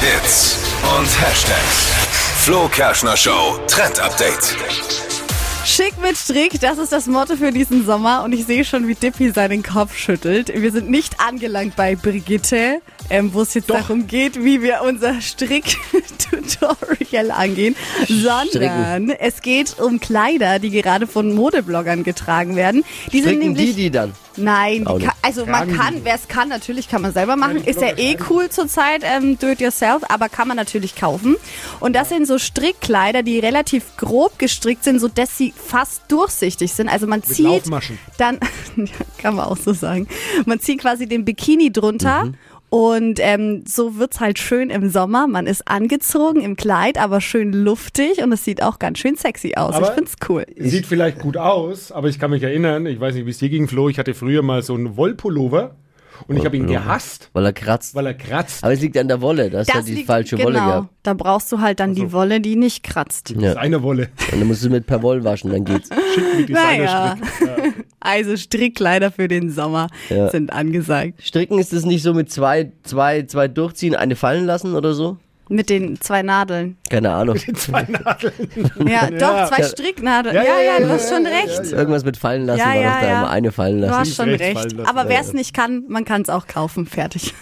Hits und Hashtags. Flo Kerschner Show Trend Update. Schick mit Strick, das ist das Motto für diesen Sommer und ich sehe schon, wie Dippy seinen Kopf schüttelt. Wir sind nicht angelangt bei Brigitte, ähm, wo es jetzt darum geht, wie wir unser Strick-Tutorial angehen, sondern Stricken. es geht um Kleider, die gerade von Modebloggern getragen werden. Die sind Trinken die nämlich die dann? Nein, Auch die kann, nicht. also man Tragen kann, wer es kann, natürlich kann man selber machen. Ist ja eh cool zurzeit, ähm, do it yourself, aber kann man natürlich kaufen. Und das sind so Strickkleider, die relativ grob gestrickt sind, sodass sie fast durchsichtig sind. Also man zieht Laufmaschen. dann, ja, kann man auch so sagen, man zieht quasi den Bikini drunter. Und ähm, so wird's halt schön im Sommer. Man ist angezogen im Kleid, aber schön luftig und es sieht auch ganz schön sexy aus. Aber- ich find's cool. Sieht vielleicht gut aus, aber ich kann mich erinnern, ich weiß nicht, wie es dir ging, Flo, ich hatte früher mal so einen Wollpullover und ich habe ihn gehasst, Weil er kratzt. weil er kratzt. Aber es liegt an der Wolle. Da hast du ja Also die liegt- falsche genau, Wolle gehabt. Da brauchst du halt dann die Wolle, die nicht kratzt. Das ist eine Wolle. Und dann musst du mit per Woll waschen, dann geht's. Naja. Also Strickkleider für den Sommer Ja. sind angesagt. Stricken ist es nicht so mit zwei, zwei, zwei durchziehen, eine fallen lassen oder so? Mit den zwei Nadeln. Keine Ahnung. Zwei Nadeln. Ja, Ja. doch, zwei Ja. Stricknadeln. Ja, Ja, ja, ja, du ja, hast schon ja, recht. Irgendwas mit fallen lassen Ja, war ja, doch da ja. immer eine fallen Du lassen. hast schon recht recht. fallen lassen. Aber wer es nicht kann, man kann es auch kaufen. Fertig.